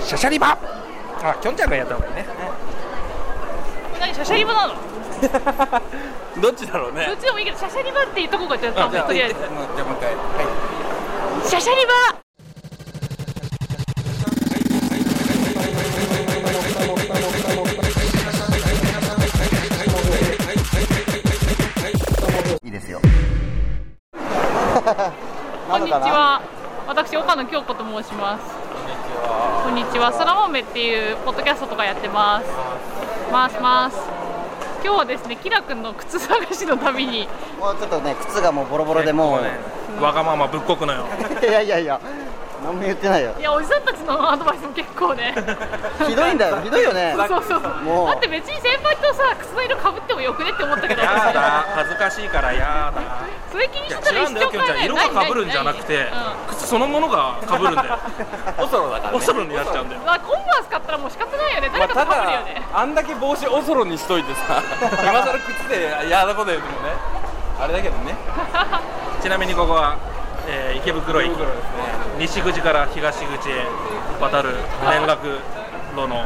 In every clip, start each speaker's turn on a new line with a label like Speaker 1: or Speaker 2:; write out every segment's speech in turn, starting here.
Speaker 1: シャシャリバあきょんちゃんがやった方がいいね
Speaker 2: 何シャシャリバなの
Speaker 3: どっちだろう
Speaker 2: ど
Speaker 3: ね
Speaker 2: っちでもいいけどシャシャリバって言っとこうかじゃ
Speaker 3: あ
Speaker 2: あとりあえず
Speaker 3: じゃあもう一回は
Speaker 2: シャシャリバ
Speaker 4: いいです よ。
Speaker 2: こんにちは私岡野京子と申しますこんにちはそら豆っていうポッドキャストとかやってますますます今日はですねキラ君の靴探しの旅に
Speaker 4: もうちょっとね、靴がもうボロボロでもう、
Speaker 1: わがままぶっこくのよ
Speaker 4: いやいやいや、何も言ってないよ。
Speaker 2: いやおじさんたちのアドバイスも結構 ね
Speaker 4: ひどいんだよ、ひどいよね。
Speaker 2: そうそうそう
Speaker 4: もう
Speaker 2: だって別に先輩とさ靴の色かぶってもよくねって思ったけど
Speaker 1: やだ
Speaker 2: 私
Speaker 1: 恥ずかしいからやだ
Speaker 2: それ気にしてた
Speaker 1: いや違
Speaker 2: ら一
Speaker 1: うんだよき
Speaker 2: 生
Speaker 1: ょんちゃん
Speaker 2: 変え
Speaker 1: 色
Speaker 2: ない
Speaker 1: が被るんじゃなくて
Speaker 2: 何何何
Speaker 1: 靴そのものが被るんだよ
Speaker 3: いオソロだからね
Speaker 1: オソロになっちゃうんだよ
Speaker 2: うんまあコンバース買ったらもう仕方ないよね
Speaker 3: まあ
Speaker 2: 誰か
Speaker 3: た
Speaker 2: と被るよね、
Speaker 3: だあんだけ帽子オソロにしといてさ 今更靴でやだこと言うてもねあれだけどね
Speaker 1: ちなみにここは、えー池袋駅
Speaker 3: ですね
Speaker 1: 西口から東口へ渡る連絡路の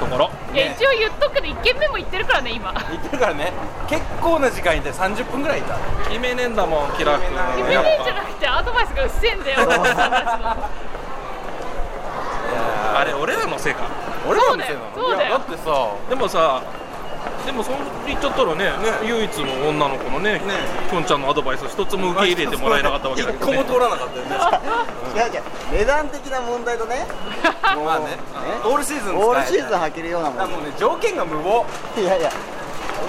Speaker 1: ところ
Speaker 2: いや一応言っとくけど1軒目も行ってるからね今
Speaker 3: 行ってるからね結構な時間いて30分ぐらいいた
Speaker 1: 決めねえんだもんキラ君
Speaker 3: 決
Speaker 2: 決
Speaker 3: め
Speaker 1: や
Speaker 2: め
Speaker 3: ね
Speaker 1: っ
Speaker 2: ねえ
Speaker 1: ぱ
Speaker 2: じゃなくてアドバイスがうっせえんだよ おじさんたちの
Speaker 1: あれ俺らのせいか
Speaker 3: 俺らのせいなの
Speaker 2: そうだよ
Speaker 3: いやだってさ
Speaker 1: でもさでもそん言っちゃったらね唯一の女の子のねきょんちゃんのアドバイスを一つも受け入れてもらえなかったわけだけど、ね、
Speaker 3: 一個も通らなかったよね
Speaker 4: いやいや、値段的な問題とね、もう
Speaker 3: まあねオールシーズン使え
Speaker 4: オールシーズン履けるようなも
Speaker 3: あもうね条件が無謀
Speaker 4: ん。いやいや、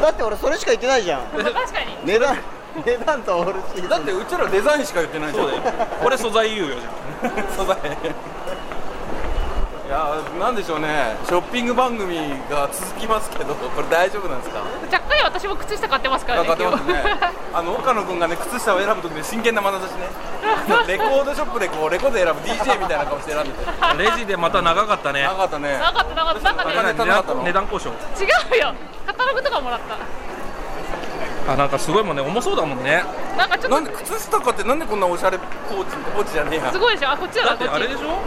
Speaker 4: だって俺それしか言ってないじゃん。
Speaker 2: まあ確かに
Speaker 4: 値段、 値段とオールシーズン。
Speaker 3: だってうちらデザインしか言ってないじゃん
Speaker 1: そうだよこれ素材言うよじゃん
Speaker 3: そうだねいやなんでしょうねショッピング番組が続きますけどこれ大丈夫なんですか
Speaker 2: 若干私も靴下買ってますから
Speaker 3: なん
Speaker 2: ね
Speaker 3: かってますね
Speaker 2: 今日
Speaker 3: あの岡野君がね靴下を選ぶときに真剣な眼差しねレコードショップでこうレコード選ぶ DJ みたいな顔して選んでて
Speaker 1: レジでまた長かったね
Speaker 3: なかったね
Speaker 2: なかったなかったなんか
Speaker 3: な
Speaker 1: 値
Speaker 3: か
Speaker 2: ね
Speaker 3: った
Speaker 1: 段値段交渉
Speaker 2: 違うよカタログとかもらった
Speaker 1: あなんかすごいもんね重そうだもんね
Speaker 2: なんかちょ
Speaker 3: な
Speaker 2: っ
Speaker 3: ん
Speaker 2: と
Speaker 3: で靴下買ってなんでこんなおしゃれポーチポーチじゃねえや
Speaker 2: すごいでしょあこっちだ
Speaker 1: だ
Speaker 2: な
Speaker 1: っ
Speaker 2: こ
Speaker 1: て
Speaker 2: っ
Speaker 1: あ
Speaker 2: ち
Speaker 1: れ
Speaker 2: で
Speaker 1: で
Speaker 2: も
Speaker 1: しょ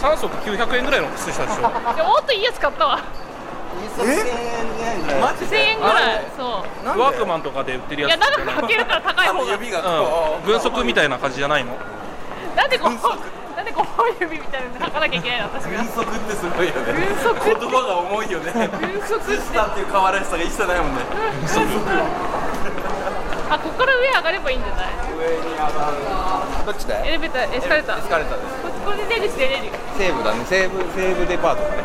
Speaker 1: 3足900円ぐらいの靴下でし ょ
Speaker 2: もっといいやつ買ったわ
Speaker 4: 一足千円ぐらいだよ。
Speaker 3: マジ
Speaker 2: 1000
Speaker 3: で
Speaker 2: 円ぐら
Speaker 3: なん
Speaker 2: い
Speaker 3: で
Speaker 2: そ
Speaker 3: なんで
Speaker 1: ワークマンとかで売ってる
Speaker 2: うい
Speaker 1: や
Speaker 2: や
Speaker 1: つじゃ
Speaker 2: 長
Speaker 1: ない
Speaker 2: く履けるから高い
Speaker 3: あ
Speaker 2: 方
Speaker 3: の
Speaker 2: が
Speaker 3: 指が
Speaker 1: うん軍足み
Speaker 3: い
Speaker 1: たいな感じじゃないの
Speaker 2: なんでこうなんでこう指みたいなの履かなきゃいけないの私が
Speaker 3: 軍足ってすごいよね
Speaker 2: 軍足って
Speaker 3: 言葉が重いよね
Speaker 2: 軍足って
Speaker 3: 靴下っていう可愛らしさが一切ないもんね
Speaker 2: あここから上上がればいいんじゃない
Speaker 3: 上に上がるどっちだ
Speaker 2: エレベーターエスカレーター
Speaker 3: エ
Speaker 2: こ
Speaker 3: スカレーターで
Speaker 2: これで出口出れるよ
Speaker 3: す西武だね西武西武デパートだね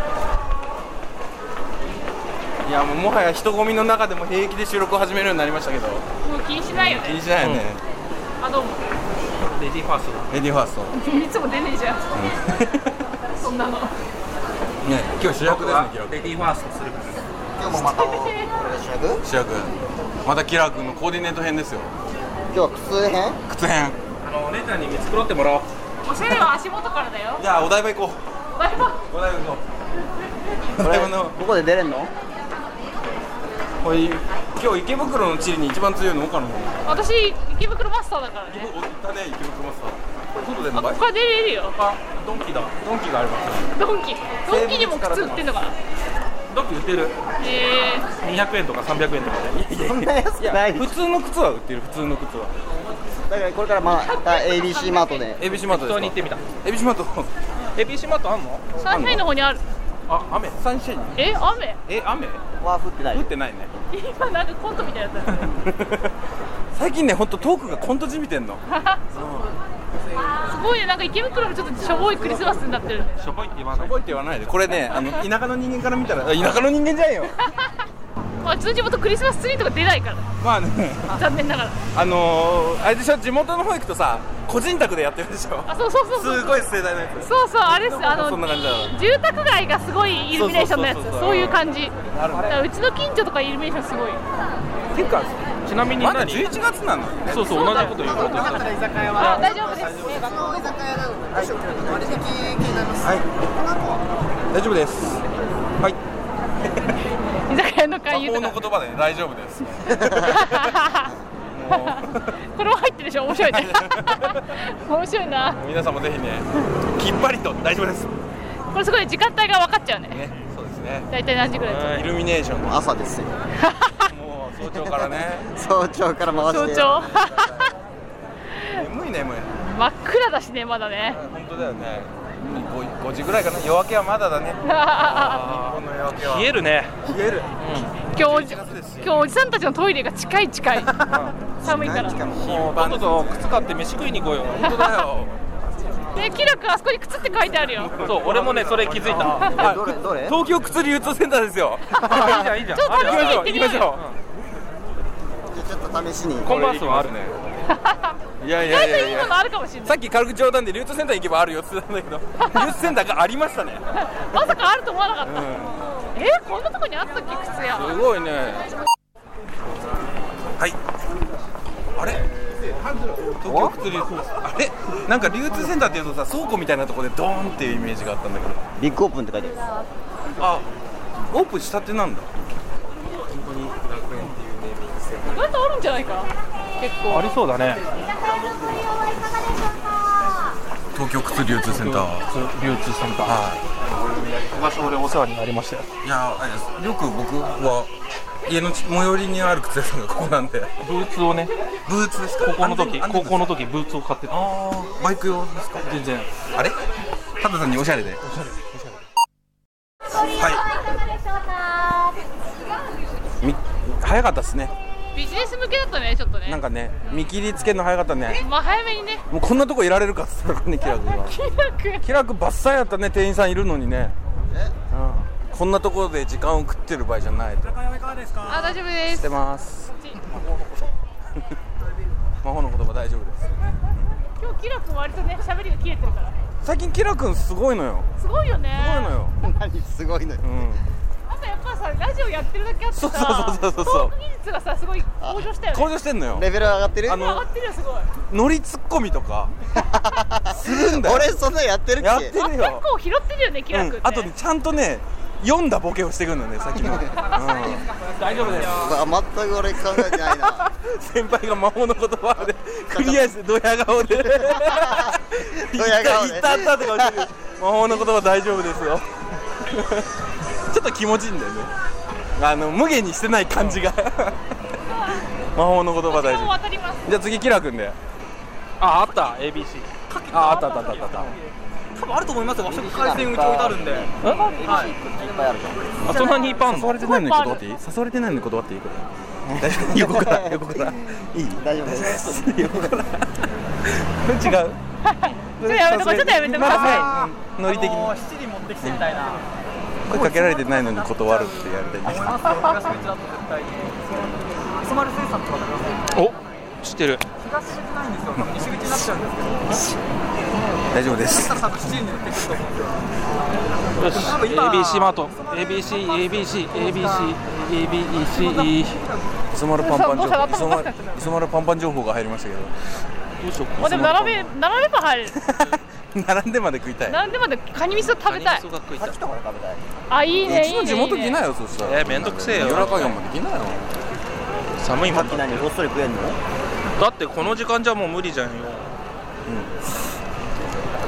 Speaker 3: いやもうもはや人混みの中でも平気で収録を始めるようになりましたけど
Speaker 2: もう気にしないよね
Speaker 3: いいじゃないよね、
Speaker 2: あどうも
Speaker 1: レディーファーストだ
Speaker 3: レディーファースト
Speaker 2: いつも出ねえじゃんそんなの
Speaker 3: ね今日主役ですねキラ
Speaker 1: レ
Speaker 3: 君
Speaker 1: ディーファーストするか
Speaker 4: 今日もまた、これで主役
Speaker 3: 主役またキラ君のコーディネート編ですよ
Speaker 4: 今日は靴編
Speaker 3: 靴編
Speaker 1: らあのお姉ちゃんに見繕ってもらおう
Speaker 2: おしゃれは足元からだよ
Speaker 3: じゃあお台場行こ
Speaker 2: お台場
Speaker 3: うお台場行こうお
Speaker 4: こ
Speaker 3: 台
Speaker 4: れ、
Speaker 3: 場の
Speaker 4: どこで出れんの
Speaker 3: これ今日池袋の地理に一番強いの岡野君
Speaker 2: 私池袋マスターだからね
Speaker 3: お行ったね池袋マスター外で
Speaker 2: あここから出れるよ
Speaker 1: あドンキだ
Speaker 3: ドンキがあります
Speaker 2: ドンキドンキにも靴売ってんのかな
Speaker 1: ドンキ売ってる
Speaker 2: え
Speaker 1: 200円とか300円とかで
Speaker 4: そんな安くない。
Speaker 3: 普通の靴は売ってる普通の靴は
Speaker 4: だからこれからまあ、ABC マートで。
Speaker 3: エビシマー
Speaker 1: 適当
Speaker 3: トです
Speaker 1: に行ってみた
Speaker 3: エビシマート
Speaker 1: エビシマートあんの
Speaker 2: ー、サンシャインの方にある
Speaker 3: あ雨サンシャイン
Speaker 2: え雨
Speaker 3: え雨降
Speaker 4: は降ってない。
Speaker 3: ってないね
Speaker 2: 今なんかコントみたいなやつだね
Speaker 3: 最近ね本当トークがコントじみてんの
Speaker 2: すごいねなんか池袋のちょっとしょぼいクリスマスになってる
Speaker 1: しょぼいって言わない
Speaker 3: 覚えて言わないでこれねあの田舎の人間から見たら田舎の人間じゃんよ
Speaker 2: あ通地元クリスマスツリーとか出ないから
Speaker 3: まあね
Speaker 2: 残念ながら
Speaker 3: あのー、あれでしょ地元の方行くとさ個人宅でやってるでしょ
Speaker 2: あそうそうそうそう
Speaker 3: すごい盛大なやつ
Speaker 2: そうそうあれっすあの
Speaker 3: そんな感じだ
Speaker 2: 住宅街がすごいイルミネーションのやつ
Speaker 3: そうそうそうそう
Speaker 2: そういう感じ
Speaker 3: なるほど
Speaker 2: だからうちの近所とかイルミネーションすごい
Speaker 3: ていうか
Speaker 1: ちなみに
Speaker 3: まだ
Speaker 1: 何
Speaker 3: 11月なのね
Speaker 1: そうそう同じこと言うこと
Speaker 2: あ大丈夫です
Speaker 3: 大丈夫ですはい
Speaker 2: 居酒屋の勧
Speaker 3: 魔
Speaker 2: 誘
Speaker 3: 法
Speaker 2: と
Speaker 3: の
Speaker 2: か
Speaker 3: 言葉で大丈夫です
Speaker 2: これも入ってるでしょ面白い ね面白いな
Speaker 3: 皆さんもぜひねきっぱりと大丈夫です
Speaker 2: これすごい時間帯が分かっちゃうね
Speaker 3: ねそうですね
Speaker 2: 大体何時ぐらいだ
Speaker 3: イルミネーションも
Speaker 4: 朝ですよ
Speaker 3: もう早朝からね
Speaker 4: 早朝から回
Speaker 2: 早
Speaker 4: して
Speaker 2: 朝
Speaker 3: 眠い眠い
Speaker 2: 真っ暗だしねまだね
Speaker 3: 本当だよねもう 5, 時ぐらいかな夜明けはまだだね日本の夜明けは
Speaker 1: 冷えるね
Speaker 3: 冷える
Speaker 2: 今日おじ
Speaker 3: 11月です
Speaker 2: 今
Speaker 3: よ
Speaker 2: 日おじさんたちのトイレが近い近い 寒いから
Speaker 4: 何時間も
Speaker 1: 今度と靴買って飯食いに行こうよ
Speaker 3: 本当だよ
Speaker 2: ねキラ君あそこに靴って書いてあるよ
Speaker 1: そう俺もねそれ気づいた
Speaker 4: えどれどれ
Speaker 3: 東京靴流通センターですよ
Speaker 1: いいじゃんいいじゃん
Speaker 2: ちょっと試しに行
Speaker 3: 行
Speaker 2: って
Speaker 3: き
Speaker 2: み
Speaker 3: ま
Speaker 2: よ
Speaker 3: し
Speaker 2: うよ
Speaker 3: ょ
Speaker 4: じゃあちょっと試しに
Speaker 1: コンバースはある
Speaker 3: ねういやい
Speaker 2: 意
Speaker 3: や
Speaker 2: 外と
Speaker 3: いや
Speaker 2: い
Speaker 3: い
Speaker 2: い
Speaker 3: や
Speaker 2: ものあるかもしれな
Speaker 3: さ
Speaker 2: い
Speaker 3: っき軽く冗談で流通センター行けばあるよって言ってたんだけど流通センターがありましたね
Speaker 2: まさかあると思わなかった、えーこんなとこにあったっけ靴屋
Speaker 3: すごいねはいあれ東京靴流通あれなんか流通センターっていうとさ倉庫みたいなとこでドーンっていうイメージがあったんだけど
Speaker 4: ビッグオープンって書いてある
Speaker 3: あオープンしたてなんだ
Speaker 2: 意外とあるんじゃないか結構
Speaker 1: ありそうだね
Speaker 3: 東京靴流通センター
Speaker 1: 流通センター
Speaker 3: は
Speaker 1: 場所俺お世話になりましたよ
Speaker 3: いいやあれですよく僕は家の最寄りにある靴屋さんがここなんで
Speaker 1: ブーツをね
Speaker 3: ブーツですか
Speaker 1: 高校の
Speaker 3: 安
Speaker 1: 時
Speaker 3: 全安
Speaker 1: 高
Speaker 3: 全
Speaker 1: 校の
Speaker 3: です
Speaker 1: 時ブーツを買ってた
Speaker 3: ああバイク用ですか
Speaker 1: 全然
Speaker 3: あれただ単におしゃれではいみ早かったですね
Speaker 2: ビジネス向けだったねちょっと
Speaker 3: な
Speaker 2: ね
Speaker 3: んかね見切りつけるの早かったね
Speaker 2: まあ早めにね
Speaker 3: もうこんなとこいられるかっつったからねキラ君は
Speaker 2: キラ君
Speaker 3: キラ君バッサイやったね店員さんいるのにねうん、こんなところで時間を食ってる場合じゃないと
Speaker 2: あ大丈夫で
Speaker 3: し
Speaker 2: す
Speaker 3: てます魔法の言葉大丈夫です
Speaker 2: 今日キラ君割とね喋りが切れてるから
Speaker 3: 最近キラ君すごいのよ
Speaker 2: すごいよね
Speaker 3: すごいのよ、
Speaker 4: 何すごいのよ
Speaker 3: うん、
Speaker 2: なんかやっぱさラジオやってるだけあってさ
Speaker 3: そうそうそうそうそ
Speaker 2: ト
Speaker 3: う
Speaker 2: ーク技術がさすごい向上したよ
Speaker 3: 向
Speaker 2: ね
Speaker 3: 上してんのよ
Speaker 4: レベル上がってる
Speaker 3: あ
Speaker 2: 上
Speaker 3: の
Speaker 2: がってるよすごい
Speaker 3: ノリツッコミ とかするんだよ
Speaker 4: 俺そんなやってるっけ
Speaker 3: やって
Speaker 2: あ
Speaker 3: る
Speaker 2: 結
Speaker 3: よ
Speaker 2: 構拾ってるよねキラ君って、
Speaker 3: うん、あとねちゃんとね読んだボケをしてくるのねさっ きの、うん、
Speaker 1: 大丈夫です
Speaker 4: うわ全く俺考えてないな
Speaker 3: 先輩が魔法の言葉でクリアしてドヤ顔で
Speaker 4: ドヤ顔で
Speaker 3: 言った言ったって顔してる魔法の言葉大丈夫ですよちょっと気持ちいいんだよねあの無限にしてない感じが魔法の言葉大
Speaker 2: もう
Speaker 3: 丈夫
Speaker 2: 渡ります
Speaker 3: じゃあ次キラ君で
Speaker 1: ああった ABC
Speaker 3: ああったあったあったあった
Speaker 1: 多分あると思いますよ和食海鮮うち置いてあるんで
Speaker 3: あそんなにいっぱいあるの誘われてないのに断っていい
Speaker 2: い
Speaker 3: 誘われてないのに断っていいこれ大丈夫横から横からいい
Speaker 4: 大丈夫です
Speaker 3: 横から違う
Speaker 2: ちょっとやめとこうちょっとやめとこう
Speaker 3: はいうんノリ的に
Speaker 1: 七里持ってきてみたいな
Speaker 3: 声かけられてないのに断るってやりたい
Speaker 1: ますよ東口だと絶対に磯丸水産とかお知ってる
Speaker 5: 東口ないんですよ、多分西口になっちゃうんですけど、
Speaker 3: 大丈夫です
Speaker 5: 多分7時に乗ってくると思うんで
Speaker 1: よし
Speaker 5: すよ。
Speaker 1: ABC マート ABCABCABCABC ABC
Speaker 3: 磯丸パンパン情
Speaker 2: もう
Speaker 3: 報
Speaker 2: 頭
Speaker 3: 磯
Speaker 2: おかしくなっち
Speaker 3: 丸
Speaker 2: ゃった
Speaker 3: 磯丸パンパン情報が入りましたけ
Speaker 1: どうしよう
Speaker 2: あでも並べ並べば入る
Speaker 3: ど並んでまで食いたい
Speaker 2: 並んでまでカニ味噌食べたい
Speaker 4: さっきとこれ食べたいう
Speaker 2: あいいね
Speaker 3: う
Speaker 2: いい
Speaker 3: ち
Speaker 2: ね
Speaker 3: の地元
Speaker 2: い
Speaker 3: 来
Speaker 2: い
Speaker 3: な
Speaker 2: ね
Speaker 3: いよそしたら
Speaker 1: えーめんどくせえよ
Speaker 3: 夜中もできないの
Speaker 1: 寒いも
Speaker 4: さ
Speaker 1: ん
Speaker 4: っき何ごっそり食えんの
Speaker 1: だってこの時間じゃもう無理じゃんよ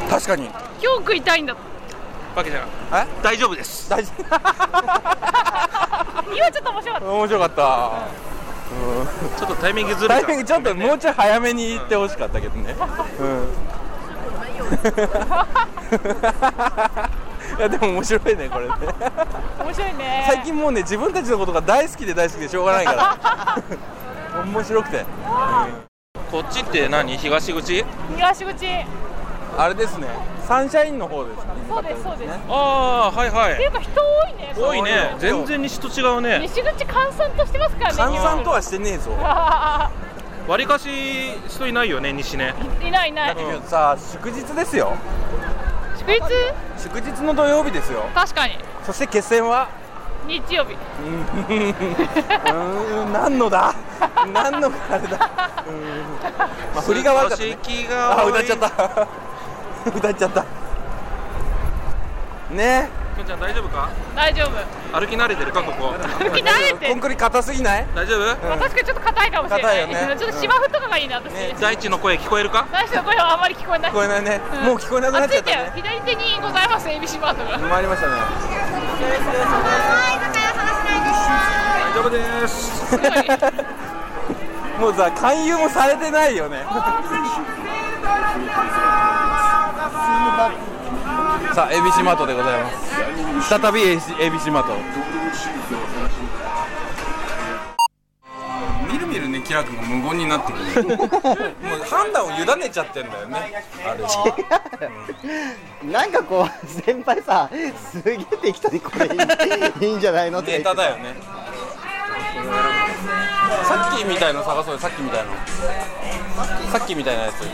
Speaker 3: 確かに
Speaker 2: 今日食いたいんだ
Speaker 1: わけじゃない
Speaker 3: え
Speaker 1: 大丈夫です
Speaker 3: 大事
Speaker 2: 今ちょっと面白かっ
Speaker 3: 面白かった
Speaker 1: ちょっとタイミングずれ
Speaker 3: タ
Speaker 1: た
Speaker 3: イミングちょっともうちょい早めに行ってほしかったけどね。 うん。いやでも面白いねこれね。
Speaker 2: た面白いね
Speaker 3: 最近もうね自分たちのことが大好きで大好きでしょうがな いから。面白くて。
Speaker 1: こっちって何東口
Speaker 2: 東口
Speaker 3: あれですね。サンシャインの方ですね。
Speaker 2: そうですそうです
Speaker 1: ああはいは
Speaker 2: ってい
Speaker 1: いう
Speaker 2: か人多いね
Speaker 1: 多いね
Speaker 3: そう
Speaker 1: 全然西と違うね
Speaker 2: 西口閑散としてますからね
Speaker 3: 換算とはしてねえぞ。
Speaker 1: わりかし人いないよね西ね
Speaker 2: いないいない
Speaker 3: さあ祝日ですよ。
Speaker 2: 祝日
Speaker 3: 祝日の土曜日ですよ。
Speaker 2: 確かに
Speaker 3: そして決戦は
Speaker 2: 日曜日
Speaker 3: うーん何のだ。何のあれだ。うん。まあ振りが悪かったね。
Speaker 1: 少し気が
Speaker 3: あ
Speaker 1: 多い
Speaker 3: 歌っちゃった歌っちゃったね
Speaker 1: きょんちゃん大丈夫か
Speaker 2: 大丈夫
Speaker 1: 歩き慣れてるかここ
Speaker 2: 歩き慣れて
Speaker 3: コンクリ硬すぎない
Speaker 1: 大丈夫
Speaker 2: まあ確かにちょっと硬いかもしれない
Speaker 3: 硬いよね
Speaker 2: ちょっと芝生とかがいいな私、
Speaker 3: ね
Speaker 1: 大地の声聞こえるか
Speaker 2: 大将の声はあんまり聞こえない
Speaker 3: 聞こえないね、もう聞こえなくなっちゃった
Speaker 2: あ
Speaker 3: ね
Speaker 2: ついてよ左手にございます ABC マート が
Speaker 3: 回りましたね
Speaker 1: 大丈夫です
Speaker 2: すごい
Speaker 3: もうさ勧誘もされてないよねさあ ABC マートでございます再び ABC マート
Speaker 5: みるみるねキラ君が無言になってくる もう判断を委ねちゃってんだよねあれ
Speaker 4: なんかこう先輩さすげえ適当にこれい いいいんじゃないのって
Speaker 5: ネ
Speaker 4: 言
Speaker 5: タ
Speaker 4: って
Speaker 5: だよね
Speaker 3: さっきみたいの探そうよさっきみたいのさっきみたいなやつ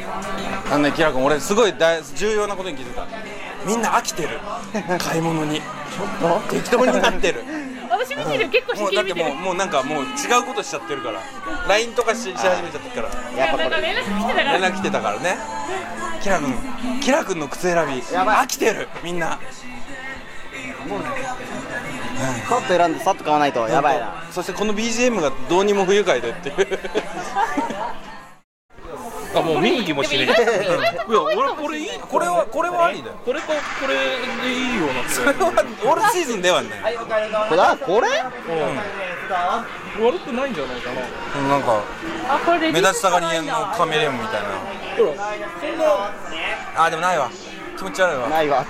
Speaker 3: あのねキラ君俺すごい大重要なことに気づいたみんな飽きてる買い物に適当になってる
Speaker 2: 私見てる結構
Speaker 3: も
Speaker 2: 真
Speaker 3: う
Speaker 2: 剣に見
Speaker 3: だって
Speaker 2: て
Speaker 3: も
Speaker 2: る
Speaker 3: うもうなんかもう違うことしちゃってるから LINE とかしし始めちゃってるから
Speaker 4: やっぱ
Speaker 2: なん
Speaker 4: こ
Speaker 2: か
Speaker 4: れ
Speaker 2: 連絡来てたから
Speaker 3: 連絡来てたからねキラ君キラ君の靴選び
Speaker 4: やばい
Speaker 3: 飽きてるみんな
Speaker 4: さっと選んでさっと買わないとやばいな
Speaker 3: そしてこの BGM がどうにも不愉快だっていう
Speaker 1: あもう見向きもしねえい
Speaker 2: でも意外と
Speaker 1: や俺俺いい
Speaker 5: これはこれはありだよ
Speaker 1: これかこれでいいような気がする
Speaker 3: オールシーズンではない
Speaker 4: これあこれ
Speaker 1: うん悪くないんじゃないかな
Speaker 5: なんか
Speaker 2: あこれレ
Speaker 5: 目
Speaker 2: ジ
Speaker 5: 立ちたがり屋のカメレオンみたい
Speaker 1: ほら
Speaker 5: なあでもないわ気持ち悪いわ
Speaker 4: ないわ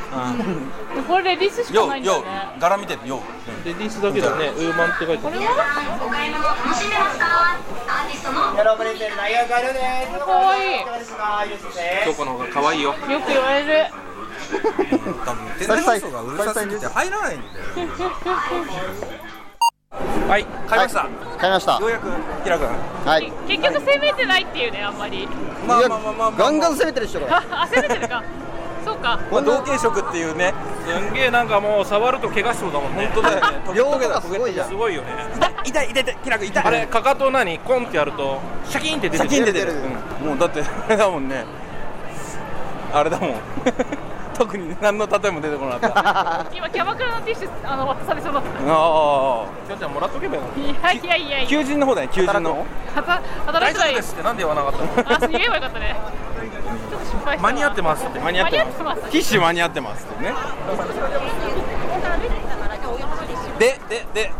Speaker 2: これレディースしか
Speaker 5: よ
Speaker 2: ないんだ
Speaker 5: よ
Speaker 2: よね
Speaker 5: 柄見てるよ
Speaker 1: レディースだけだねウーマンって書いて
Speaker 2: こ
Speaker 1: ある
Speaker 2: れはかわいいよ
Speaker 1: 京子の方が可愛いよ
Speaker 2: く言われる
Speaker 5: 多分店内放送がうるさすぎて入らないんだよ
Speaker 1: はい
Speaker 5: 買いました、
Speaker 4: 買いました
Speaker 5: ようやくキラ君
Speaker 4: はい
Speaker 2: 結局攻めてないっていうねあんまり
Speaker 5: まあ
Speaker 4: いや
Speaker 5: まあまあまあま
Speaker 4: ガ
Speaker 5: あ
Speaker 4: ンガン攻めてる人これ
Speaker 2: あ攻めてるかそうか
Speaker 3: まあ同系色っていうね
Speaker 1: すんげえなんかもう触ると怪我しそうだもんね
Speaker 3: 本当だよね
Speaker 4: 両方がすごいじゃん
Speaker 1: すごいよね
Speaker 3: 痛い痛い痛いキラ君痛い
Speaker 1: あれかかと何コンってやるとシャキーンって出て
Speaker 3: シャキンって出
Speaker 4: 出
Speaker 3: る
Speaker 4: てる
Speaker 3: うんもうだ ってあれだもんねあれだもん特に何の例えも出てこなかったあ
Speaker 2: 今キャバクラのティッシュあの渡されそうだっ
Speaker 3: あ
Speaker 1: きょんちゃんもらっとけばよ
Speaker 2: たいやいやいやいや
Speaker 3: 求人の方だね求人の方
Speaker 2: 働働
Speaker 1: 大丈夫
Speaker 2: いてない
Speaker 1: ですってなんで言わなかったの
Speaker 2: あ言えばよかったねちょっと失敗した
Speaker 1: 間に合って
Speaker 2: す
Speaker 1: ますって間に
Speaker 2: 間に合ってます
Speaker 3: ティッシュ間に合ってますってねででで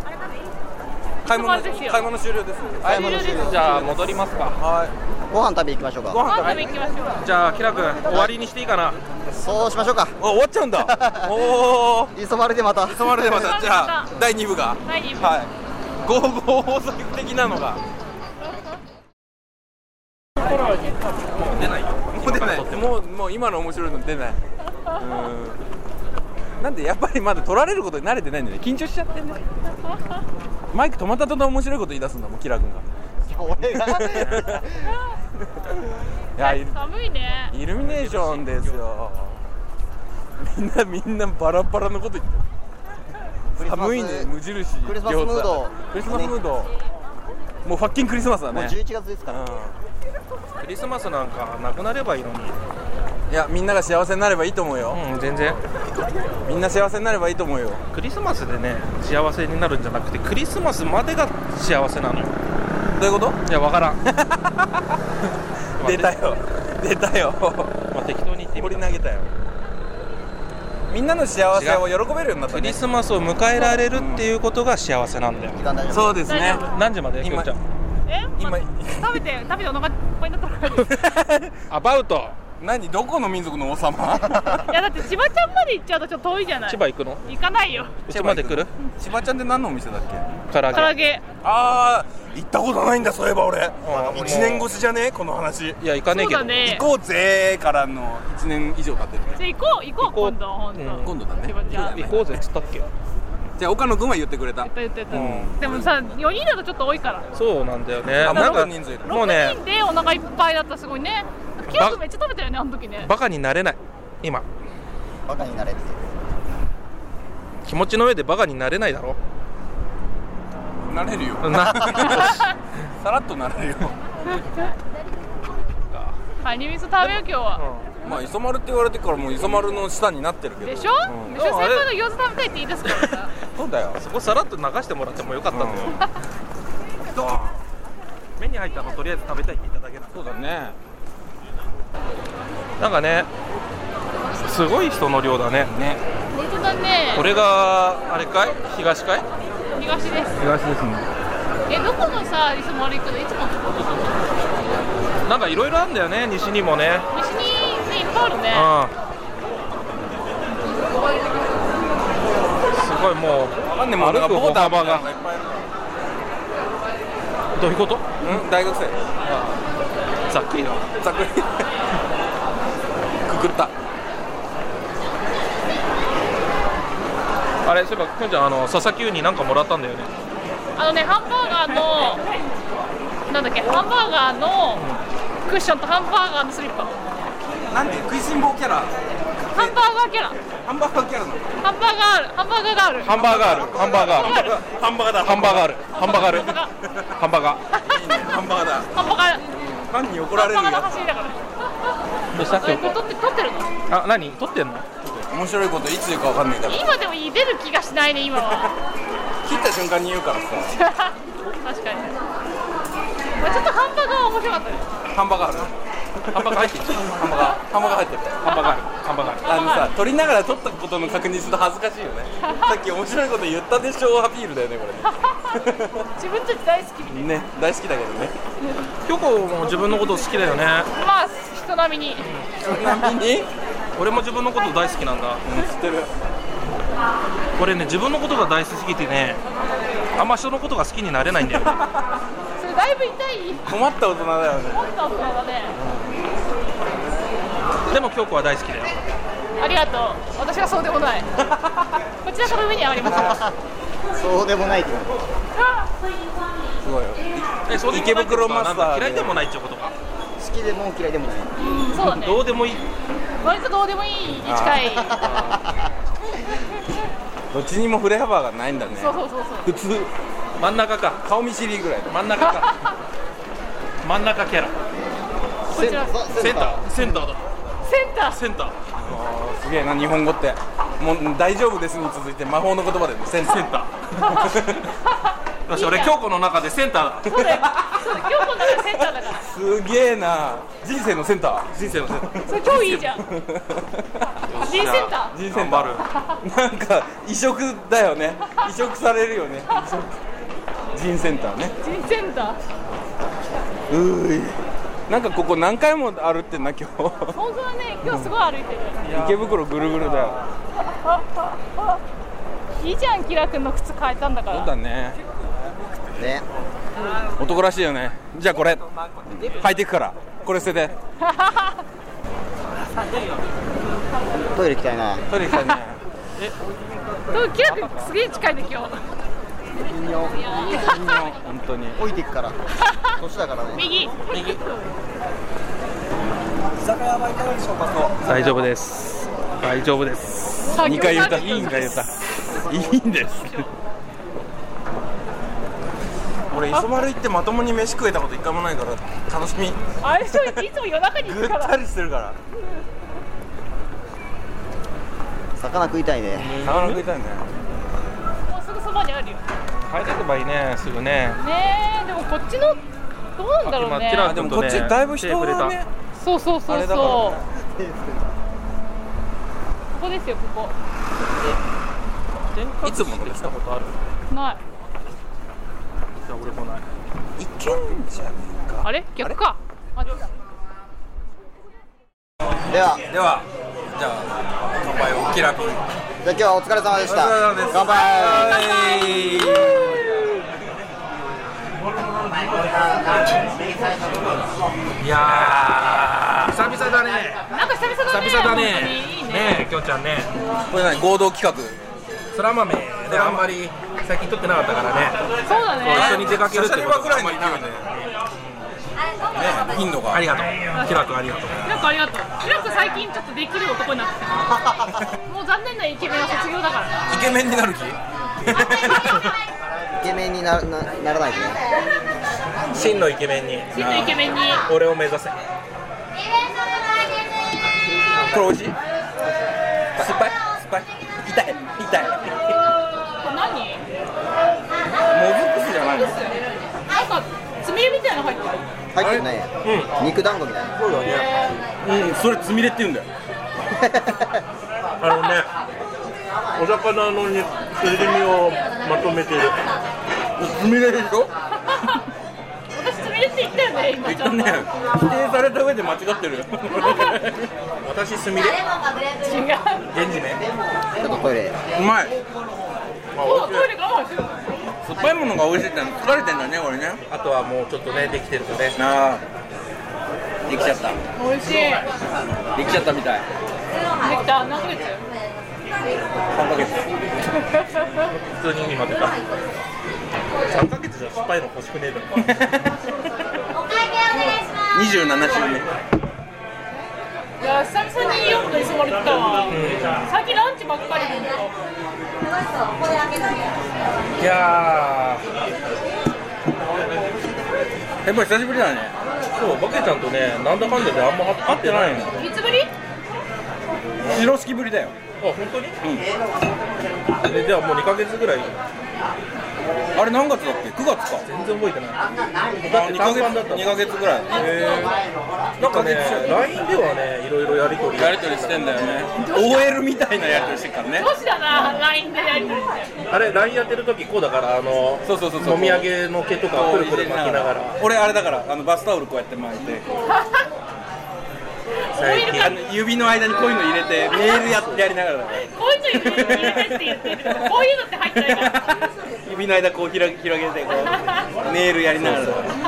Speaker 3: 買い物
Speaker 2: ちょっと待ってですよ
Speaker 3: 買い物終了です
Speaker 1: はい
Speaker 2: 終了です
Speaker 1: じゃあ戻りますか
Speaker 3: はい
Speaker 4: ご飯食べ行きましょう
Speaker 3: ご
Speaker 4: か
Speaker 3: 飯
Speaker 2: パン
Speaker 3: 食
Speaker 2: 食
Speaker 3: べ
Speaker 2: べ行きましょう
Speaker 1: じゃあキラ君終わりにしていいかな
Speaker 4: そうしましょうか
Speaker 3: あ終わっちゃうんだおお
Speaker 4: 急まれてまた
Speaker 3: 止まるでまたじゃあ第2部が
Speaker 2: 第二部
Speaker 3: はい合合法則的なのが
Speaker 1: 出ないよ
Speaker 3: もう出ないもうもう今の面白いの出ないうーんなんでやっぱりまだ取られることに慣れてないんだよね緊張しちゃってんだよマイク止まった途端面白いこと言い出すんだもんキラ君が
Speaker 4: 俺が
Speaker 3: いやイル
Speaker 2: 寒いね
Speaker 3: イルミネーションですよみんなみんなバラバラのこと言ってる 寒いね無印
Speaker 4: クリスマスムード
Speaker 3: 餃子クリスマスムードもうファッキンクリスマスだ
Speaker 4: もう
Speaker 3: ね
Speaker 4: 11月ですから
Speaker 3: う
Speaker 1: クリスマスなんかなくなればいいのに
Speaker 3: んいやみんなが幸せになればいいと思うよ
Speaker 1: うん全然
Speaker 3: みんな幸せになればいいと思うよ
Speaker 1: クリスマスでね幸せになるんじゃなくてクリスマスまでが幸せなのよ
Speaker 3: どういうこと
Speaker 1: いやわからん
Speaker 3: 出たよ 出たよ
Speaker 1: まあ適当に言って
Speaker 3: 掘
Speaker 1: み
Speaker 3: り
Speaker 1: た
Speaker 3: 投げたよみんなの幸せを喜べるようになった
Speaker 1: ク
Speaker 3: ね
Speaker 1: リスマスを迎えられるっていうことが幸せなんだよ
Speaker 4: 時間大丈夫
Speaker 3: そうですね
Speaker 2: 大丈
Speaker 1: 何時まできょ
Speaker 3: 今
Speaker 1: んちゃん
Speaker 2: え
Speaker 3: 今
Speaker 2: 食べて食べてお腹いっぱいになっ たから
Speaker 1: アバウト
Speaker 3: 何どこの民族の王 様
Speaker 2: いやだって千葉ちゃんまで行っちゃうとちょっと遠いじゃない
Speaker 1: 千葉行くの
Speaker 2: 行かないよ
Speaker 1: うちまで来る
Speaker 3: 千葉ちゃんって何のお店だっけ
Speaker 1: 唐揚
Speaker 2: 唐揚
Speaker 1: げ
Speaker 2: げ
Speaker 3: あー行ったことないんだそういえば俺
Speaker 1: もう
Speaker 3: 1年越しじゃねこの話
Speaker 1: いや行かね
Speaker 2: そ
Speaker 1: えけ
Speaker 2: う
Speaker 1: ど
Speaker 2: だね
Speaker 3: 行こうぜーからの1年以上経ってるね
Speaker 2: じゃあ行こう行
Speaker 1: 行
Speaker 2: こ
Speaker 1: こ
Speaker 2: う
Speaker 1: う
Speaker 2: 今度本
Speaker 1: うん
Speaker 2: 当
Speaker 3: 今度だね
Speaker 2: 千葉ちゃん
Speaker 1: 行こうぜっつったっけ
Speaker 3: じゃあ岡野君は言ってくれた
Speaker 2: 言った言った言っ
Speaker 3: う
Speaker 2: たでもさ4人だとちょっと多いから
Speaker 1: そうなんだよね
Speaker 3: あ
Speaker 1: なん
Speaker 3: もっ
Speaker 1: か
Speaker 3: と人数いる
Speaker 1: もうね
Speaker 2: 6人でお腹いっぱいだったらすごいねキラ君めっちゃ食べたよねあの時ね
Speaker 1: バカになれない今
Speaker 4: バカになれって
Speaker 1: 気持ちの上でバカになれないだろ
Speaker 3: なれるよ
Speaker 1: な
Speaker 3: さらっとなれるよ
Speaker 2: カニ味噌食べよう今日は
Speaker 1: う
Speaker 3: まあ磯丸って言われてからもう磯丸の下になってるけど
Speaker 2: でしょ、
Speaker 3: うん
Speaker 2: でしょ先
Speaker 1: あれ
Speaker 2: 輩が餃子食べたいって言い出すからさ
Speaker 3: そうだよ
Speaker 1: そこさらっと流してもらってもよかったんだよ、
Speaker 3: ドーン
Speaker 1: 目に入ったのとりあえず食べたいって言っただけな
Speaker 3: そうだね
Speaker 1: なんかねすごい人の量だね
Speaker 3: ね
Speaker 2: 本当だね
Speaker 1: これがあれかい東かい
Speaker 2: 東です
Speaker 3: 東ですね
Speaker 2: えどこのさいつもあれ行くのいつものとこ
Speaker 1: なんかいろいろあるんだよね西にもね
Speaker 2: 西にねいっぱいある
Speaker 1: う
Speaker 2: ね
Speaker 1: んすごいもう
Speaker 3: あんねもう
Speaker 1: 歩く
Speaker 3: ボーダーみたいなのがいっぱい
Speaker 1: どういうこと
Speaker 3: いるうん大学生
Speaker 1: ざっくりだ
Speaker 3: ざっくり くくった
Speaker 1: あれそういえばくんちゃんあの佐々木になんかもらったんだよね
Speaker 2: あのねハンバーガーのなんだっけハンバーガーのクッションとハンバーガーのスリッパ
Speaker 3: なんで食いしん坊キャラ
Speaker 2: ハンバーガーキャラハ
Speaker 3: ハンバーガーキャラな
Speaker 2: ン
Speaker 3: の
Speaker 2: バーガールハンバーガーガール
Speaker 1: ハンバーガールハンバーガール
Speaker 3: ハン
Speaker 1: ハンバーガールハンバー
Speaker 3: バーガー
Speaker 1: ガールハンバーガー
Speaker 3: だいいねハンバーガー
Speaker 2: ハンバーガー
Speaker 3: だファンに怒
Speaker 2: ハ
Speaker 3: ら
Speaker 2: ン
Speaker 3: れ
Speaker 2: バ
Speaker 3: る
Speaker 2: ーガーの
Speaker 3: や
Speaker 2: 走りだから
Speaker 1: どうした
Speaker 2: それこれ撮って撮ってるの
Speaker 1: あ何撮ってんの
Speaker 3: つ面白いこといつ言うかわかんないから
Speaker 2: 今でも入れる気がしないね今 は
Speaker 3: 切った瞬間に言うからさ
Speaker 2: 確かにまあちょっとハンバーガーは面白かったです
Speaker 3: ハンバーガーあ
Speaker 1: ハンバーガー入ってる
Speaker 3: るハンバーガーハンバーガー入ってる
Speaker 1: ハンバーガールハンバーガール
Speaker 3: あのさ撮りながら撮ったことの確認すると恥ずかしいよ ねさっき面白いこと言ったでしょアピールだよねこ
Speaker 2: 自分たち大好きみ
Speaker 3: れねね大好きだけどね
Speaker 1: キョコも自分のこと好きだよね
Speaker 2: たいなまあ人並みに
Speaker 3: ちな みに、うん、知
Speaker 1: 俺も自分のこと大好きなんだ
Speaker 3: ってる
Speaker 1: これね自分のことが大好きすぎてねあんま人のことが好きになれないんだよね
Speaker 2: それだいぶ痛い
Speaker 3: 困った大人だよね
Speaker 2: 本当だね
Speaker 1: でも京子は大好きだよ
Speaker 2: ありがとう私はそうでも ないこちらから上にありますよ
Speaker 4: そうでもないけど
Speaker 3: すごいよ
Speaker 1: えそうでもない
Speaker 3: 池袋マスターで
Speaker 1: 嫌いでもないっていうことか
Speaker 4: 好きでも嫌いでもない
Speaker 2: うんそうだね
Speaker 1: どうでもいい
Speaker 2: 割とどうでもいいに近 い
Speaker 3: どっちにも振れ幅がないんだね
Speaker 2: そうそうそう
Speaker 3: 普通
Speaker 1: 真ん中か
Speaker 3: 顔見知りぐらいだ
Speaker 1: 真ん中か 真ん中キャラ
Speaker 2: そうこちらセン
Speaker 1: センターセンターだ
Speaker 2: ター
Speaker 1: センター
Speaker 3: あーすげえな日本語ってもう大丈夫ですに続いて魔法の言葉でねセンタ
Speaker 1: セン
Speaker 3: ー
Speaker 1: タ ーよし俺京子の中でセンターだ
Speaker 2: そうだよそうだよ今日この中でセンターだから
Speaker 3: すげえな人生のセンター
Speaker 1: 人生のセンター
Speaker 2: それ今日いいじゃん D センター
Speaker 3: 人
Speaker 1: 頑
Speaker 3: 生の
Speaker 1: 張る
Speaker 3: なんか移植だよね移植されるよね移植人センターね
Speaker 2: D センター
Speaker 3: うーいなんかここ何回も歩ってんな今日
Speaker 2: 本当はね今日すごい歩いてる
Speaker 3: 池袋ぐるぐるだよ
Speaker 2: いいじゃんキラ君の靴変えたんだか
Speaker 3: そう
Speaker 2: ら
Speaker 3: だね
Speaker 4: ね
Speaker 3: 男らしいよねじゃあこれ履いていくからこれ捨てて
Speaker 4: トイレ行きたいな
Speaker 3: トイレ行きたいね
Speaker 2: でもキラ君すげえ近いね今日
Speaker 3: 本当に
Speaker 4: 置いてい くから年だからね
Speaker 2: 右
Speaker 1: 大丈夫です大丈夫です
Speaker 3: 2回言ったい
Speaker 2: い
Speaker 3: いん
Speaker 2: ん
Speaker 3: か言ったいいんです俺磯丸行ってまともに飯食えたこと一回もないから楽しみ
Speaker 2: あれそういつも夜中に行
Speaker 3: ぐ
Speaker 2: く
Speaker 3: っ
Speaker 2: から
Speaker 3: たりしてるから
Speaker 4: 魚食いたいね
Speaker 3: 魚食いたいね
Speaker 2: もうすぐそばにあるよ
Speaker 1: 入れればいいねすぐね
Speaker 2: ねえでもこっちのどうなんだろう
Speaker 1: あキラ
Speaker 3: あ
Speaker 2: ね
Speaker 3: でもこっちだいぶ人が
Speaker 1: 手触れ
Speaker 3: ね
Speaker 2: そうそう
Speaker 3: あ
Speaker 2: そう
Speaker 3: れ
Speaker 2: そ
Speaker 3: だ
Speaker 2: う
Speaker 3: から
Speaker 2: こ
Speaker 3: ね
Speaker 2: こですよこ
Speaker 3: いつものですか
Speaker 1: ことある
Speaker 2: こない
Speaker 1: じゃあ俺来ない
Speaker 3: いけんじゃねえか
Speaker 2: あれ逆かあ違う
Speaker 4: では
Speaker 3: ではじゃあ乾杯をキラピン
Speaker 4: じゃあ今日はお疲れ様でした
Speaker 3: お疲れ様です
Speaker 4: 乾杯
Speaker 1: いやー久々だね
Speaker 2: なんか久々だね
Speaker 1: 久々だね
Speaker 2: 本当にいいね
Speaker 1: ねえきょんちゃんね
Speaker 3: これ何合同企画
Speaker 1: そら豆であんまり最近撮ってなかったからね
Speaker 2: そうだ
Speaker 1: 一緒
Speaker 2: ね
Speaker 1: に出かけるってこと
Speaker 3: ぐらいの勢いでね頻度が
Speaker 1: ありがとうキラ君ありがとう
Speaker 2: なんかありがとうキラ君最近ちょっとできる男になってきたもう残念なイケメンは卒業だから
Speaker 3: イケメンになる気
Speaker 4: イケメンにななならないとね
Speaker 1: 真のイケメンに
Speaker 2: 真のイケメンに
Speaker 1: 俺を目指せ
Speaker 6: イベントの来年です
Speaker 3: これ美味しい酸っぱい酸っぱい痛い痛い
Speaker 2: 何
Speaker 3: もずく酢じゃないの
Speaker 2: なんかつみれみたいなの入ってる
Speaker 4: 入ってないや、肉団子みたいな
Speaker 3: そうだねうんそれつみれって言うんだよ
Speaker 7: あのね、お魚のにすり身をまとめてる。
Speaker 3: つみれでしょ
Speaker 2: 私つみれって言ったよね今ちょっと
Speaker 3: ね否定された上で間違ってるよ私すみれ
Speaker 2: 違う
Speaker 3: 現地名
Speaker 4: ちょっとトイレ
Speaker 3: うまい
Speaker 2: もうトイレ我慢してる
Speaker 3: 酸っぱいものが美味しいってのは疲れてんだねこれね
Speaker 1: あとはもうちょっとねできてるとね
Speaker 3: なあできちゃった
Speaker 2: 美味しいで
Speaker 3: できちゃったみたい
Speaker 2: きた何ヶ月
Speaker 3: 3ヶ月
Speaker 1: 普通に今出た3ヶ月じゃ酸っぱいの欲しくねえだろ
Speaker 2: い
Speaker 3: 27週目
Speaker 2: や久々にイオンの磯森来たわ最近ランチばっかりなんだよ
Speaker 3: いやーやっぱり久しぶりだね
Speaker 1: そうバケちゃんとねなんだかんだであんま会ってないのあ
Speaker 2: いつぶり
Speaker 3: 白好きぶりだよ
Speaker 1: 本当にうんでじゃあもう2ヶ月ぐらい
Speaker 3: あれ何月だっけ9月か
Speaker 1: 全然覚えてないだ
Speaker 3: あ
Speaker 1: って
Speaker 3: 2ヶ
Speaker 1: 短
Speaker 3: 月
Speaker 1: パンだった
Speaker 3: 2ヶ月ぐらい
Speaker 1: なんかね LINE ではねいろいろやりとり
Speaker 3: やりとりしてんだよね OL みたいなやりとりしてっからね
Speaker 2: 女子だな LINE でやりとりして
Speaker 1: あれ LINE やってる時こうだからあの
Speaker 3: そうそうそうそう
Speaker 1: もみあげの毛とかくるくる巻きながら
Speaker 3: 俺あれだからあのバスタオルこうやって巻いてこう
Speaker 2: オイルか
Speaker 3: あの指の間にこういうの入れてメールややりながらだから
Speaker 2: こういうの入れてって言ってるけどこういうのって入ってないから
Speaker 3: 指の間こう広げ広げてこうネイルやりながら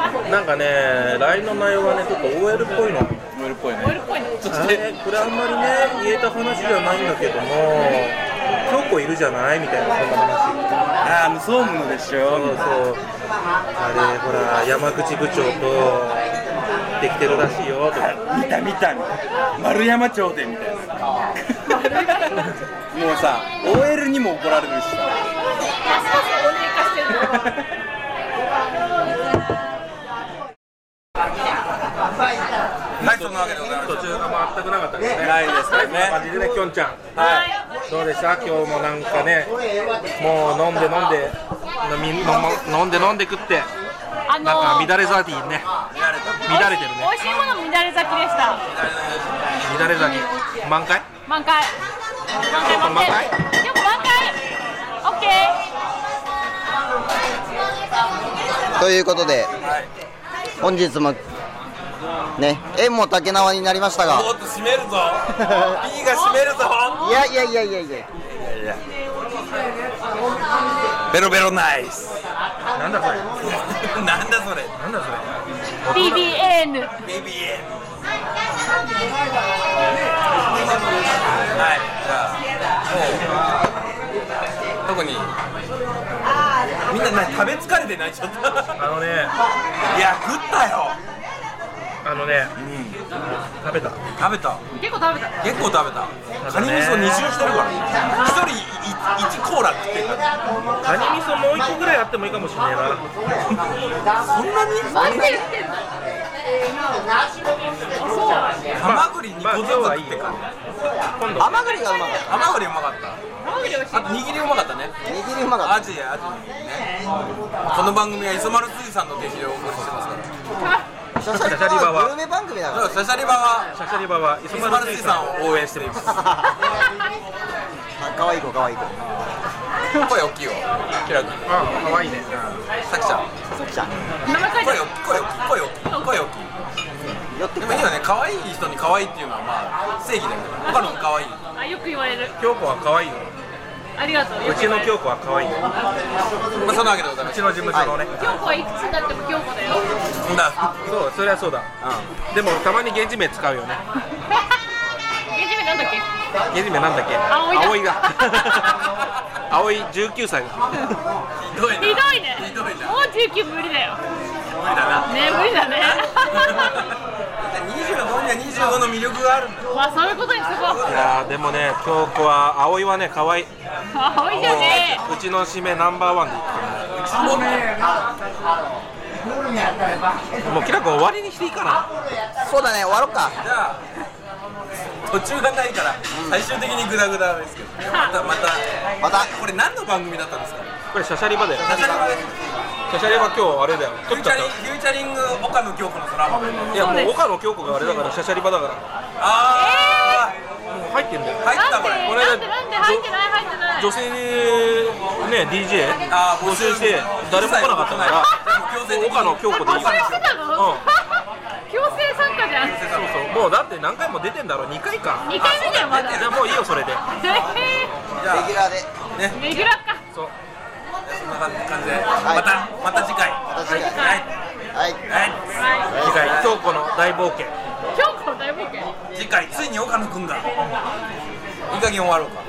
Speaker 1: なんかね LINE の内容がねちょっと OL っぽいの
Speaker 3: ネイルっぽい
Speaker 2: オイ
Speaker 3: ね
Speaker 2: ルっぽいの
Speaker 3: そ
Speaker 1: あ
Speaker 3: して
Speaker 1: れこれあんまりね言えた話じゃないんだけども京子いるじゃないみたいなそんな話
Speaker 3: ああもう総務のでし
Speaker 1: そうそ
Speaker 3: ょ
Speaker 1: うあれほら山口部長とできてるらしいよとか
Speaker 3: 見た見たみたいな丸山町でみた いなもうさ OL にも怒られるしさ
Speaker 2: ますますオイル化してるの
Speaker 3: はいそんなわけでございま
Speaker 1: 途中が全くなかったです
Speaker 3: す
Speaker 1: ね
Speaker 3: ないですから
Speaker 1: こんな
Speaker 3: ね
Speaker 1: 感じでねきょんちゃん
Speaker 3: はい
Speaker 1: どうでした今日もなんかねもう飲んで飲んで飲み飲ま飲んで飲んで食って
Speaker 2: あの
Speaker 1: なんか
Speaker 2: ー
Speaker 1: 乱れ酒ね乱れてるね
Speaker 2: 美味しいもの乱れ咲きでした
Speaker 1: 乱れ酒満開
Speaker 2: 満開満開満開今日も満開オッケー
Speaker 4: ということで、本日もね縁も竹縄になりましたが
Speaker 3: っと閉めるぞ B が閉めるぞ
Speaker 4: いやいやいやいやいや
Speaker 3: ベロベロナイス
Speaker 1: なんだこれ
Speaker 3: なんだそれ
Speaker 2: BBN
Speaker 3: BBM はいじゃあもう特にみんな何食べ疲れてないちょっとい
Speaker 1: あのね
Speaker 3: や食ったよ
Speaker 1: あのね、食べた
Speaker 3: 食べた
Speaker 2: 結構食べた
Speaker 3: 結構食べたカニ味噌二周してるから一人い一コーラ食ってるから
Speaker 1: カニ味噌もう一個ぐらいあってもいいかもしれないな
Speaker 3: そんなに
Speaker 2: マジで言ってんのあ
Speaker 3: 甘栗2個ずつ食ってるから
Speaker 1: 今度
Speaker 4: 甘栗がうまかっ
Speaker 3: 甘栗うまかった
Speaker 2: そうマジで美味しい
Speaker 3: あと握りうまかったね
Speaker 4: た握りうまか
Speaker 3: ア
Speaker 4: っ
Speaker 3: ジアアジねこの番組は磯丸水産の提供でお送りしてますから
Speaker 4: たシャシャ
Speaker 1: シャ
Speaker 4: リ
Speaker 1: シャリ
Speaker 4: バ
Speaker 1: バは
Speaker 4: はグルメ番組だ
Speaker 3: だ
Speaker 4: か
Speaker 3: からシャシャリバは
Speaker 1: シャシャリバは磯
Speaker 3: 磯
Speaker 1: 丸
Speaker 3: 丸
Speaker 1: 水
Speaker 3: 水
Speaker 1: 産
Speaker 3: 産を応援しています
Speaker 4: らかわいい子かわいい子
Speaker 3: 声大きいよキラ君
Speaker 1: あ可愛いね
Speaker 3: さきちゃん
Speaker 4: さきちゃん
Speaker 2: 名前書いて
Speaker 3: 声
Speaker 2: ある
Speaker 3: 大きい声大きい声大きい声大き
Speaker 4: 寄って
Speaker 3: いで
Speaker 4: く
Speaker 3: もいいよね可愛い人に可愛いっていうのはまあ正義だよね他のも可愛い
Speaker 2: あよく言われる
Speaker 1: 京子は可愛いよ
Speaker 2: ありがとうよ
Speaker 1: う
Speaker 2: く
Speaker 1: ち
Speaker 2: 言わ
Speaker 1: の
Speaker 2: れる
Speaker 1: 京子は可愛いよう
Speaker 3: まあそんなわけでございます
Speaker 1: ちの事務所のね、
Speaker 2: 京子はいくつになっても京子だよ
Speaker 3: んだ
Speaker 1: そうそりゃそうだ、でもたまに源氏名使うよね
Speaker 2: ゲジメなんだっけ
Speaker 1: 源氏名なんだっけ
Speaker 2: 葵だ
Speaker 1: 葵だ 葵19歳だ
Speaker 3: ひどいな
Speaker 2: ひどいね
Speaker 3: ひどいな
Speaker 2: もう19無理だよ
Speaker 3: 無理だな
Speaker 2: ね無理だね
Speaker 3: 25には25の魅力があるんだよ
Speaker 2: まあそういうことにしとこう
Speaker 1: いやーでもね京子は葵はね可愛い
Speaker 2: 青いじゃね
Speaker 1: うちの締めナンバーワンでもうキラ君終わりにしていいかな
Speaker 4: そうだね終わろっか
Speaker 3: じゃあ途中がないから最終的にグダグダですけどまたまた
Speaker 4: また
Speaker 3: これ何の番組だったんですか
Speaker 1: これシャシャリバだよ
Speaker 3: ダジャレはね
Speaker 1: シャシャリバ今日あれだよ
Speaker 3: フ
Speaker 1: 撮
Speaker 3: ュ
Speaker 1: っち
Speaker 3: ーチ
Speaker 1: ゃっ
Speaker 3: ャリンフューチャリング岡野京子の空豆の
Speaker 1: たいや
Speaker 2: そうで
Speaker 1: も
Speaker 2: す
Speaker 1: う岡野京子があれだからシャシャリバだから
Speaker 3: あ
Speaker 1: もう入ってんだよ
Speaker 3: あ入っ
Speaker 2: な
Speaker 3: た
Speaker 2: ん
Speaker 3: こ
Speaker 2: で
Speaker 3: れ
Speaker 1: これ
Speaker 2: なんでなんで入ってない入ってない
Speaker 1: 女性ね DJ
Speaker 3: あー
Speaker 1: 募集して誰も来なかったから
Speaker 3: 強制的
Speaker 1: 岡
Speaker 3: に
Speaker 1: 野京子でいいか
Speaker 2: 募集
Speaker 1: ら
Speaker 2: してたの、
Speaker 1: うん
Speaker 2: 強制参加じゃん
Speaker 1: そうそうもうだって何回も出てんだろ2回か
Speaker 2: 2回目だよまだ
Speaker 1: じゃあもういいよそれで
Speaker 4: レギュラーで
Speaker 2: レギュラーか
Speaker 1: そう
Speaker 3: そんな感じで
Speaker 4: い
Speaker 3: またまた次回は
Speaker 4: 私が
Speaker 3: い
Speaker 4: はい
Speaker 3: はい
Speaker 2: は
Speaker 1: 次回京子の大冒険
Speaker 2: い今日の大冒険
Speaker 3: 次回ついに岡野くんがいい加減終わろうか